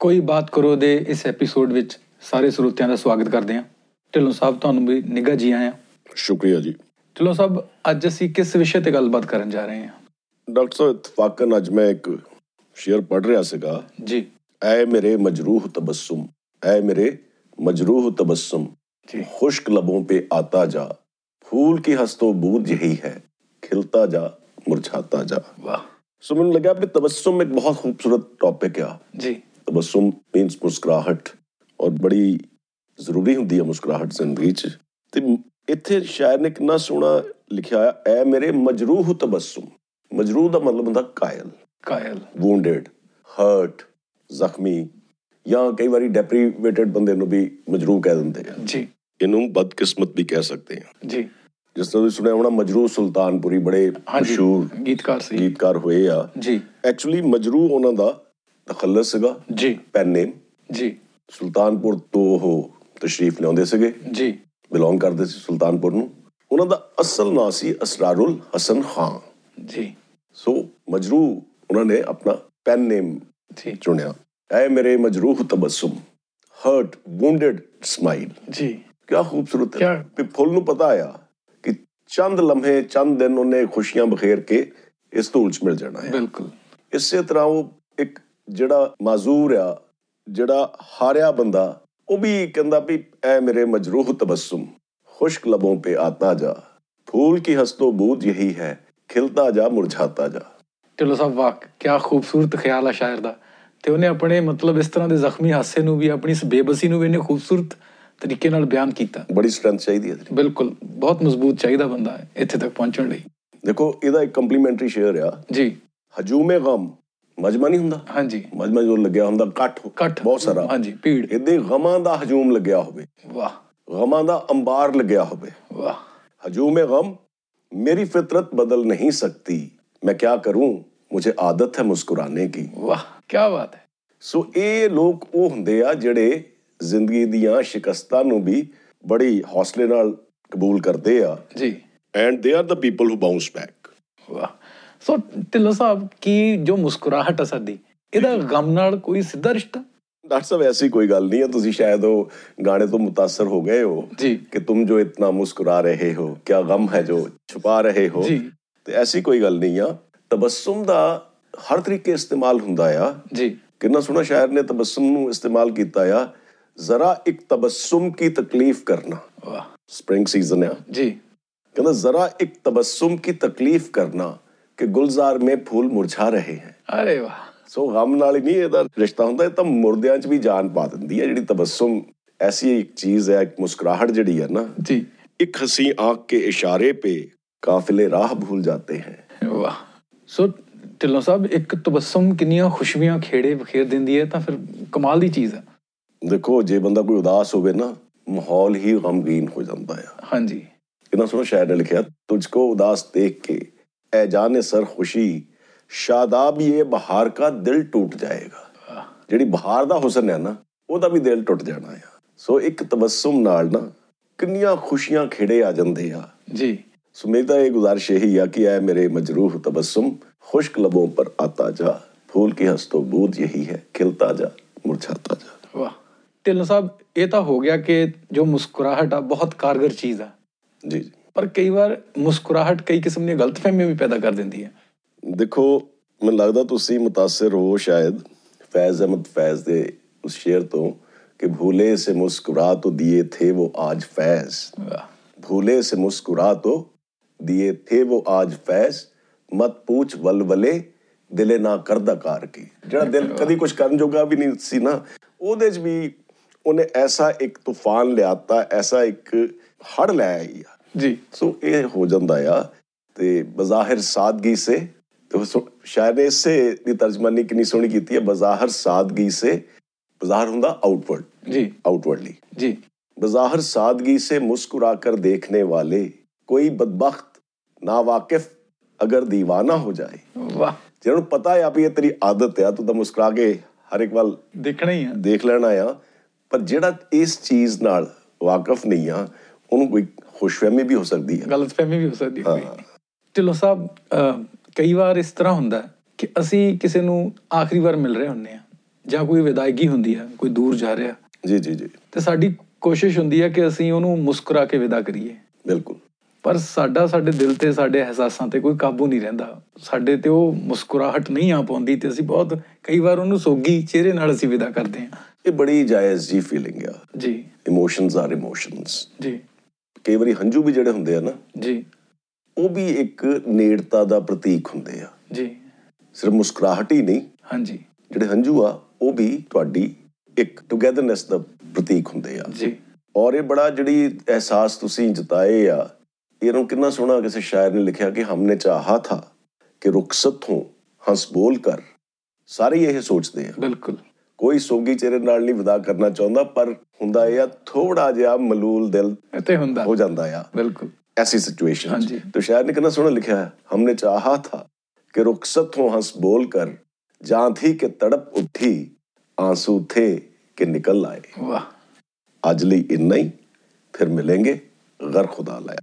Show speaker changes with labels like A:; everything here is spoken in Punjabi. A: ਕੋਈ ਬਾਤ ਕਰੋ ਦੇ ਇਸ ਐਪੀਸੋਡ ਵਿੱਚ ਸਾਰੇ ਸਰੋਤਿਆਂ ਦਾ ਸਵਾਗਤ ਕਰਦੇ ਹਾਂ ਢਿੱਲੋਂ ਸਾਹਿਬ ਤੁਹਾਨੂੰ ਵੀ ਨਿੱਘਾ ਜੀ ਆਇਆਂ
B: ਸ਼ੁਕਰੀਆ ਜੀ
A: ਢਿੱਲੋਂ ਸਾਹਿਬ ਅੱਜ ਅਸੀਂ ਕਿਸ ਵਿਸ਼ੇ ਤੇ ਗੱਲਬਾਤ ਕਰਨ ਜਾ ਰਹੇ ਹਾਂ
B: ਡਾਕਟਰ ਸਾਹਿਬ ਇਤਫਾਕਨ ਅੱਜ ਮੈਂ ਇੱਕ ਸ਼ੇਅਰ ਪੜ੍ਹ ਰਿਹਾ ਸੀਗਾ
A: ਜੀ
B: ਐ ਮੇਰੇ ਮਜਰੂਹ ਤਬਸਮ ਐ ਮੇਰੇ ਮਜਰੂਹ ਤਬਸਮ
A: ਜੀ
B: ਖੁਸ਼ਕ ਲਬੋਂ ਪੇ ਆਤਾ ਜਾ ਫੂਲ ਕੀ ਹਸਤੋ ਬੂੰਦ ਯਹੀ ਹੈ ਖਿਲਤਾ ਜਾ ਮੁਰਝਾਤਾ ਜਾ
A: ਵਾਹ
B: ਸੋ ਮੈਨੂੰ ਲੱਗਾ ਵੀ ਤਬਸਮ ਇੱਕ ਬਹੁਤ ਖੂਬਸੂਰਤ ਟੌਪਿਕ ਆ
A: ਜੀ
B: ਤਬਸਮ ਮੀਨਸ ਮੁਸਕਰਾਹਟ ਔਰ ਬੜੀ ਜ਼ਰੂਰੀ ਹੁੰਦੀ ਹੈ ਮੁਸਕਰਾਹਟ ਜ਼ਿੰਦਗੀ 'ਚ ਤੇ ਮ- ਇੱਥੇ ਸ਼ਾਇਰ ਨੇ ਕਿੰਨਾ ਸੋਹਣਾ ਲਿਖਿਆ ਆ ਐ ਮੇਰੇ ਮਜਰੂਹ ਤਬਸਮ ਮਜਰੂਹ ਦਾ ਮਤਲਬ ਹੁੰਦਾ ਕਾਇਲ
A: ਕਾਇਲ
B: ਵੂਂਡਡ ਹਰਟ ਜ਼ਖਮੀ ਜਾਂ ਕਈ ਵਾਰੀ ਡੈਪਰੀਵੇਟਡ ਬੰਦੇ ਨੂੰ ਵੀ ਮਜਰੂਹ ਕਹਿ ਦਿੰਦੇ ਆ
A: ਜੀ
B: ਇਹਨੂੰ ਬਦਕਿਸਮਤ ਵੀ ਕਹਿ ਸਕਦੇ ਆ
A: ਜੀ
B: ਜਿਸ ਤਰ੍ਹਾਂ ਤੁਸੀਂ ਸੁਣਿਆ ਹੋਣਾ ਮਜਰੂਹ ਸੁਲਤਾਨਪੁਰੀ ਬੜੇ
A: ਹਾਂਜੀ
B: ਮਸ਼ਹੂਰ
A: ਗੀਤਕਾਰ ਸੀ
B: ਗੀਤਕਾਰ ਹੋਏ ਆ
A: ਜੀ
B: ਐਕਚੁਅਲੀ ਮਜਰੂਹ ਉਹਨਾਂ ਦਾ ਤਖੱਲਸ ਸੀਗਾ
A: ਜੀ
B: ਪੈਨ ਨੇਮ
A: ਜੀ
B: ਸੁਲਤਾਨਪੁਰ ਤੋਂ ਉਹ ਤਸ਼ਰੀਫ ਲਿਆਉਂਦੇ ਸੀਗੇ
A: ਜੀ
B: ਬਿਲੋਂਗ ਕਰਦੇ ਸੀ ਸੁਲਤਾਨਪੁਰ ਨੂੰ ਉਹਨਾਂ ਦਾ ਅਸਲ ਨਾਂ ਸੀ ਅਸਰਾਰੁਲ ਹਸਨ ਖਾਨ
A: ਜੀ
B: ਸੋ ਮਜਰੂ ਉਹਨਾਂ ਨੇ ਆਪਣਾ ਪੈਨ ਨੇਮ
A: ਜੀ
B: ਚੁਣਿਆ ਐ ਮੇਰੇ ਮਜਰੂਹ ਤਬਸਮ ਹਰਟ ਵੂਂਡਡ ਸਮਾਈਲ
A: ਜੀ
B: ਕਿਆ ਖੂਬਸੂਰਤ ਹੈ
A: ਕਿਆ-
B: ਵੀ ਫੁੱਲ ਨੂੰ ਪਤਾ ਆ ਕਿ ਚੰਦ ਲਮਹੇ ਚੰਦ ਦਿਨ ਉਹਨੇ ਖੁਸ਼ੀਆਂ ਬਖੇਰ ਕੇ ਇਸ ਧੂਲ 'ਚ ਮਿਲ ਜਾਣਾ ਹੈ
A: ਬਿਲਕੁਲ
B: ਇਸੇ ਤਰ੍ਹਾਂ ਉਹ ਇੱਕ ਜਿਹੜਾ ਮਾਜ਼ੂਰ ਆ ਜਿਹੜਾ ਹਾਰਿਆ ਬੰਦਾ ਉਹ ਵੀ ਕਹਿੰਦਾ ਵੀ ਐ ਮੇਰੇ ਮਜਰੂਹ ਤਬਸਮ ਖੁਸ਼ਕ ਲਬੋਂ ਪੇ ਆਤਾ ਜਾ ਫੂਲ ਕੀ ਹਸਤੋ ਬੂਦ ਯਹੀ ਹੈ ਖਿਲਤਾ ਜਾ ਮੁਰਝਾਤਾ ਜਾ
A: ਢਿੱਲੋਂ ਸਾਹਿਬ ਵਾਹ ਕਿਆ ਖੂਬਸੂਰਤ ਖਿਆਲ ਆ ਸ਼ਾਇਰ ਦਾ ਤੇ ਉਹਨੇ ਆਪਣੇ ਮਤਲਬ ਇਸ ਤਰ੍ਹਾਂ ਦੇ ਜ਼ਖਮੀ ਹਾਸੇ ਨੂੰ ਵੀ ਆਪਣੀ ਇਸ ਬੇਬਸੀ ਨੂੰ ਵੀ ਇਹਨੇ ਖੂਬਸੂਰਤ ਤਰੀਕੇ ਨਾਲ ਬਿਆਨ ਕੀਤਾ
B: ਬੜੀ ਸਟਰੈਂਥ ਚਾਹੀਦੀ ਹੈ ਇਹਦੇ ਲਈ।
A: ਬਿਲਕੁਲ ਬਹੁਤ ਮਜ਼ਬੂਤ ਚਾਹੀਦਾ ਬੰਦਾ ਹੈ ਇੱਥੇ ਤੱਕ ਪਹੁੰਚਣ ਲਈ
B: ਦੇਖੋ ਇਹਦਾ ਇੱਕ ਕੰਪਲੀਮੈਂਟਰੀ ਸ਼ੇਅਰ ਆ
A: ਜੀ
B: ਹਜੂਮੇ ਗਮ ਮਜਮਾ ਨਹੀਂ ਹੁੰਦਾ
A: ਹਾਂਜੀ
B: ਮਜਮਾ ਜੋ ਲੱਗਿਆ ਹੁੰਦਾ ਇਕੱਠ
A: ਕੱਠ
B: ਬਹੁਤ ਸਾਰਾ
A: ਹਾਂਜੀ ਭੀੜ
B: ਇਹਦੇ ਗਮਾਂ ਦਾ ਹਜੂਮ ਲੱਗਿਆ ਹੋਵੇ
A: ਵਾਹ
B: ਗਮਾਂ ਦਾ ਅੰਬਾਰ ਲੱਗਿਆ ਹੋਵੇ
A: ਵਾਹ
B: हजूम गम मेरी फितरत बदल नहीं सकती मैं क्या करूं मुझे आदत है मुस्कुराने की
A: ਵਾਹ ਕੀ ਬਾਤ ਹੈ
B: ਸੋ ਇਹ ਲੋਕ ਉਹ ਹੁੰਦੇ ਆ ਜਿਹੜੇ ਜ਼ਿੰਦਗੀ ਦੀਆਂ ਸ਼ਿਕਸਤਾਂ ਨੂੰ ਵੀ ਬੜੀ ਹੌਸਲੇ ਨਾਲ ਕਬੂਲ ਕਰਦੇ ਆ
A: ਜੀ
B: and they are the people who bounce back
A: ਵਾਹ ਸੋ ਢਿੱਲੋਂ ਸਾਹਿਬ ਕੀ ਜੋ ਮੁਸਕਰਾਹਟ ਆ ਸਾਡੀ ਇਹਦਾ ਗਮ ਨਾਲ ਕੋਈ ਸਿੱਧਾ ਰਿਸ਼ਤਾ
B: ਡਾਕਟਰ ਸਾਹਿਬ ਐਸੀ ਕੋਈ ਗੱਲ ਨਹੀਂ ਹੈ ਤੁਸੀਂ ਸ਼ਾਇਦ ਉਹ ਗਾਣੇ ਤੋਂ متاثر ਹੋ ਗਏ ਹੋ
A: ਜੀ
B: ਕਿ ਤੁਮ ਜੋ ਇਤਨਾ ਮੁਸਕਰਾ ਰਹੇ ਹੋ ਕਿਆ ਗਮ ਹੈ ਜੋ ਛੁਪਾ ਰਹੇ ਹੋ
A: ਜੀ
B: ਤੇ ਐਸੀ ਕੋਈ ਗੱਲ ਨਹੀਂ ਆ ਤਬਸਮ ਦਾ ਹਰ ਤਰੀਕੇ ਇਸਤੇਮਾਲ ਹੁੰਦਾ ਆ
A: ਜੀ
B: ਕਿੰਨਾ ਸੋਹਣਾ ਸ਼ਾਇਰ ਨੇ ਤਬਸਮ ਨੂੰ ਇਸਤੇਮਾਲ ਕੀਤਾ ਆ ਜ਼ਰਾ ਇੱਕ ਤਬਸਮ ਕੀ ਤਕਲੀਫ ਕਰਨਾ
A: ਵਾਹ
B: ਸਪ੍ਰਿੰਗ ਸੀਜ਼ਨ ਆ
A: ਜੀ
B: ਕਹਿੰਦਾ ਜ਼ਰਾ ਇੱਕ ਤਬਸਮ ਕੀ ਤਕਲੀਫ ਕਰਨਾ ਕਿ ਗੁਲਜ਼ਾਰ ਮੇ ਫੂਲ ਮੁਰਝਾ ਰਹੇ ਹਨ
A: ਅਰੇ ਵਾਹ
B: ਸੋ ਗਮ ਨਾਲ ਹੀ ਨਹੀਂ ਇਹਦਾ ਰਿਸ਼ਤਾ ਹੁੰਦਾ ਇਹ ਤਾਂ ਮੁਰਦਿਆਂ 'ਚ ਵੀ ਜਾਨ ਪਾ ਦਿੰਦੀ ਹੈ ਜਿਹੜੀ ਤਬਸਮ ਐਸੀ ਇੱਕ ਚੀਜ਼ ਹੈ ਇੱਕ ਮੁਸਕਰਾਹਟ ਜਿਹੜੀ ਹੈ ਨਾ
A: ਜੀ
B: ਇੱਕ ਹਸੀ ਆਂਖ ਕੇ ਇਸ਼ਾਰੇ ਪੇ ਕਾਫਿਲੇ ਰਾਹ ਭੁੱਲ ਜਾਂਦੇ ਹਨ
A: ਵਾਹ ਸੋ ਢਿੱਲੋਂ ਸਾਹਿਬ ਇੱਕ ਤਬਸਮ ਕਿੰਨੀਆਂ ਖੁਸ਼ੀਆਂ ਖੇੜੇ ਬਖੇਰ ਦਿੰਦੀ ਹੈ ਤਾਂ ਫਿਰ ਕਮਾਲ ਦੀ ਚੀਜ਼ ਹੈ
B: ਦੇਖੋ ਜੇ ਬੰਦਾ ਕੋਈ ਉਦਾਸ ਹੋਵੇ ਨਾ ਮਾਹੌਲ ਹੀ ਗਮਗੀਨ ਹੋ ਜਾਂਦਾ ਹੈ
A: ਹਾਂਜੀ
B: ਕਿੰਨਾ ਸੋਹਣਾ ਸ਼ਾਇਰ ਨੇ ਲਿਖਿਆ ਤੁਝਕੋ ਉਦਾਸ ਦੇਖ ਕੇ ਐ ਜਾਨੇ ਸਰ ਖੁਸ਼ੀ ਸ਼ਾਦਾਬ ਇਹ ਬਹਾਰ ਦਾ ਦਿਲ ਟੁੱਟ ਜਾਏਗਾ ਜਿਹੜੀ ਬਹਾਰ ਦਾ ਹੁਸਨ ਹੈ ਨਾ ਉਹਦਾ ਵੀ ਦਿਲ ਟੁੱਟ ਜਾਣਾ ਆ ਸੋ ਇੱਕ ਤਬਸਮ ਨਾਲ ਨਾ ਕਿੰਨੀਆਂ ਖੁਸ਼ੀਆਂ ਖਿੜੇ ਆ ਜਾਂਦੇ ਆ
A: ਜੀ
B: ਸੋ ਮੇਰੀ ਤਾਂ ਇਹ ਗੁਜ਼ਾਰਿਸ਼ ਇਹੀ ਆ ਕਿ ਐ ਮੇਰੇ ਮਜਰੂਹ ਤਬਸਮ ਖੁਸ਼ਕ ਲਬੋਂ ਪਰ ਆਤਾ ਜਾ ਫੂਲ ਕੀ ਹਸਤੋ ਬੂਦ ਯਹੀ ਹੈ ਖਿਲਤਾ ਜਾ ਮੁਰਝਾਤਾ ਜਾ
A: ਵਾਹ ਢਿੱਲੋਂ ਸਾਹਿਬ ਇਹ ਤਾਂ ਹੋ ਗਿਆ ਕਿ ਜੋ ਮੁਸਕਰਾਹਟ ਆ ਬਹੁਤ ਕਾਰਗਰ ਚੀਜ਼ ਆ
B: ਜੀ ਜੀ
A: ਪਰ ਕਈ ਵਾਰ ਮੁਸਕਰਾਹਟ ਕਈ ਕਿਸਮ ਦੀਆਂ ਗਲਤਫਹਿਮੀਆਂ ਵੀ ਪੈਦਾ ਕਰ ਦਿੰਦੀ ਹੈ
B: ਦੇਖੋ ਮੈਨੂੰ ਲੱਗਦਾ ਤੁਸੀਂ متاثر ਹੋ ਸ਼ਾਇਦ ਫੈਜ਼ ਅਹਿਮਦ ਫੈਜ਼ ਦੇ ਉਸ ਸ਼ੇਰ ਤੋਂ ਕਿ ਭੂਲੇ ਸੇ ਮੁਸਕਰਾ ਤੋ ਦਿਏ ਥੇ ਵੋ ਆਜ ਫੈਜ਼
A: ਵਾਹ
B: ਭੂਲੇ ਸੇ ਮੁਸਕਰਾ ਤੋ ਦਿਏ ਥੇ ਵੋ ਆਜ ਫੈਜ਼ ਮਤ ਪੂਛ ਵਲਵਲੇ ਦਿਲੇ ਨਾ ਕਰਦਾ ਕਾਰ ਕੀ ਜਿਹੜਾ ਦਿਲ ਕਦੀ ਕੁਝ ਕਰਨ ਜੋਗਾ ਵੀ ਨਹੀਂ ਸੀ ਨਾ ਉਹਦੇ 'ਚ ਵੀ ਉਹਨੇ ਐਸਾ ਇੱਕ ਤੂਫਾਨ ਲਿਆਤਾ ਐਸਾ ਇੱਕ ਹੜ ਲੈ ਆਈ ਆ
A: ਜੀ
B: ਸੋ ਇਹ ਹੋ ਜਾਂਦਾ ਆ ਤੇ ਬਜ਼ਾਹਿਰ ਸਾਦਗੀ ਸੇ ਤੇ ਉਹ ਸੋ- ਸ਼ਾਇਰ ਨੇ ਇਸੇ ਦੀ ਤਰਜਮਾਨੀ ਕਿੰਨੀ ਸੋਹਣੀ ਕੀਤੀ ਹੈ ਬਜ਼ਾਹਿਰ ਸਾਦਗੀ ਸੇ ਬਜ਼ਾਹਰ ਹੁੰਦਾ ਆਊਟਵਰਡ
A: ਜੀ
B: ਆਊਟਵਰਡਲੀ
A: ਜੀ
B: ਬਜ਼ਾਹਰ ਸਾਦਗੀ ਸੇ ਮੁਸਕਰਾ ਕਰ ਦੇਖਣੇ ਵਾਲੇ ਕੋਈ ਬਦਬਖਤ ਨਾਵਾਕਿਫ ਅਗਰ دیਵਾਨਾ ਹੋ ਜਾਏ
A: ਵਾਹ
B: ਜਿਹਨਾਂ ਨੂੰ ਪਤਾ ਹੈ ਆ ਵੀ ਇਹ ਤੇਰੀ ਆਦਤ ਆ ਤੂੰ ਤਾਂ ਮੁਸਕਰਾ ਕੇ ਹਰ ਇੱਕ ਵੱਲ
A: ਦੇਖਣਾ ਹੀ ਆ
B: ਦੇਖ ਲੈਣਾ ਆ ਪਰ ਜਿਹੜਾ ਇਸ ਚੀਜ਼ ਨਾਲ ਵਾਕਿਫ ਨਹੀਂ ਆ ਉਹਨੂੰ ਕੋਈ ਖੁਸ਼ਫਹਿਮੀ ਵੀ ਹੋ ਸਕਦੀ ਹੈ
A: ਗਲਤਫਹਿਮੀ ਵੀ ਹੋ ਸਕਦੀ ਹੈ
B: ਹਾਂ।
A: ਕੋਈ। ਢਿੱਲੋਂ ਸਾਹਿਬ ਅਹ, ਕਈ ਵਾਰ ਇਸ ਤਰ੍ਹਾਂ ਹੁੰਦਾ ਹੈ ਕਿ ਅਸੀਂ ਕਿਸੇ ਨੂੰ ਆਖਰੀ ਵਾਰ ਮਿਲ ਰਹੇ ਹੁੰਦੇ ਆ ਜਾਂ ਕੋਈ ਵਿਦਾਇਗੀ ਹੁੰਦੀ ਹੈ ਕੋਈ ਦੂਰ ਜਾ ਰਿਹਾ
B: ਜੀ ਜੀ ਜੀ
A: ਤੇ ਸਾਡੀ ਕੋਸ਼ਿਸ਼ ਹੁੰਦੀ ਹੈ ਕਿ ਅਸੀਂ ਉਹਨੂੰ ਮੁਸਕਰਾ ਕੇ ਵਿਦਾ ਕਰੀਏ
B: ਬਿਲਕੁਲ
A: ਪਰ ਸਾਡਾ ਸਾਡੇ ਦਿਲ ਤੇ ਸਾਡੇ ਅਹਿਸਾਸਾਂ ਤੇ ਕੋਈ ਕਾਬੂ ਨਹੀਂ ਰਹਿੰਦਾ ਸਾਡੇ ਤੇ ਉਹ ਮੁਸਕਰਾਹਟ ਨਹੀਂ ਆ ਪਾਉਂਦੀ ਤੇ ਅਸੀਂ ਬਹੁਤ ਕਈ ਵਾਰ ਉਹਨੂੰ ਸੋਗੀ ਚਿਹਰੇ ਨਾਲ ਅਸੀਂ ਵਿਦਾ ਕਰਦੇ ਹਾਂ
B: ਇਹ ਬੜੀ ਜਾਇਜ਼ ਜੀ ਫੀਲਿੰਗ ਆ
A: ਜੀ
B: ਇਮੋਸ਼ਨਸ ਆਰ ਇਮੋਸ਼ਨਸ
A: ਜੀ
B: ਕਈ ਵਾਰੀ ਹੰਝੂ ਵੀ ਜਿਹੜੇ ਹੁੰਦੇ ਆ ਨਾ
A: ਜੀ
B: ਉਹ ਵੀ ਇੱਕ ਨੇੜਤਾ ਦਾ ਪ੍ਰਤੀਕ ਹੁੰਦੇ ਆ
A: ਜੀ
B: ਸਿਰਫ ਮੁਸਕਰਾਹਟ ਹੀ ਨਹੀਂ
A: ਹਾਂਜੀ
B: ਜਿਹੜੇ ਹੰਝੂ ਆ ਉਹ ਵੀ ਤੁਹਾਡੀ ਇੱਕ ਟੁਗੇਦਰਨੈਸ ਦਾ ਪ੍ਰਤੀਕ ਹੁੰਦੇ ਆ
A: ਜੀ
B: ਔਰ ਇਹ ਬੜਾ ਜਿਹੜੀ ਅਹਿਸਾਸ ਤੁਸੀਂ ਜਤਾਏ ਆ ਇਹਨੂੰ ਕਿੰਨਾ ਸੋਹਣਾ ਕਿਸੇ ਸ਼ਾਇਰ ਨੇ ਲਿਖਿਆ ਕਿ ਹਮਨੇ ਚਾਹਾ ਥਾ ਕਿ ਰੁਖਸਤ ਹੋ ਹੰਸ ਬੋਲ ਕਰ ਸਾਰੇ ਇਹ ਸੋਚਦੇ ਆ
A: ਬਿਲਕੁਲ
B: ਕੋਈ ਸੋਗੀ ਚਿਹਰੇ ਨਾਲ ਨਹੀਂ ਵਿਦਾ ਕਰਨਾ ਚਾਹੁੰਦਾ ਪਰ ਹੁੰਦਾ ਇਹ ਆ ਥੋੜਾ ਜਿਹਾ ਮਲੂਲ ਦਿਲ
A: ਇਹ ਤੇ ਹੁੰਦਾ
B: ਹੋ ਜਾਂਦਾ ਆ
A: ਬਿਲਕੁਲ
B: ਐਸੀ ਸਿਚੁਏਸ਼ਨ
A: ਹਾਂਜੀ।
B: ਤੋਂ ਸ਼ਾਇਰ ਨੇ ਕਿੰਨਾ ਸੋਹਣਾ ਲਿਖਿਆ ਹੈ ਹਮਨੇ ਚਾਹਾ ਥਾ ਕਿ ਰੁਖਸਤ ਹੋ ਹੰਸ ਬੋਲ ਕਰ ਜਾਂ ਥੀ ਕਿ ਤੜਪ ਉੱਠੀ ਆਂਸੂ ਥੇ ਕਿ ਨਿਕਲ ਆਏ
A: ਵਾਹ
B: ਅੱਜ ਲਈ ਇੰਨਾ ਹੀ ਫਿਰ ਮਿਲਾਂਗੇ ਗਰ ਖੁਦਾ ਲਾਇਆ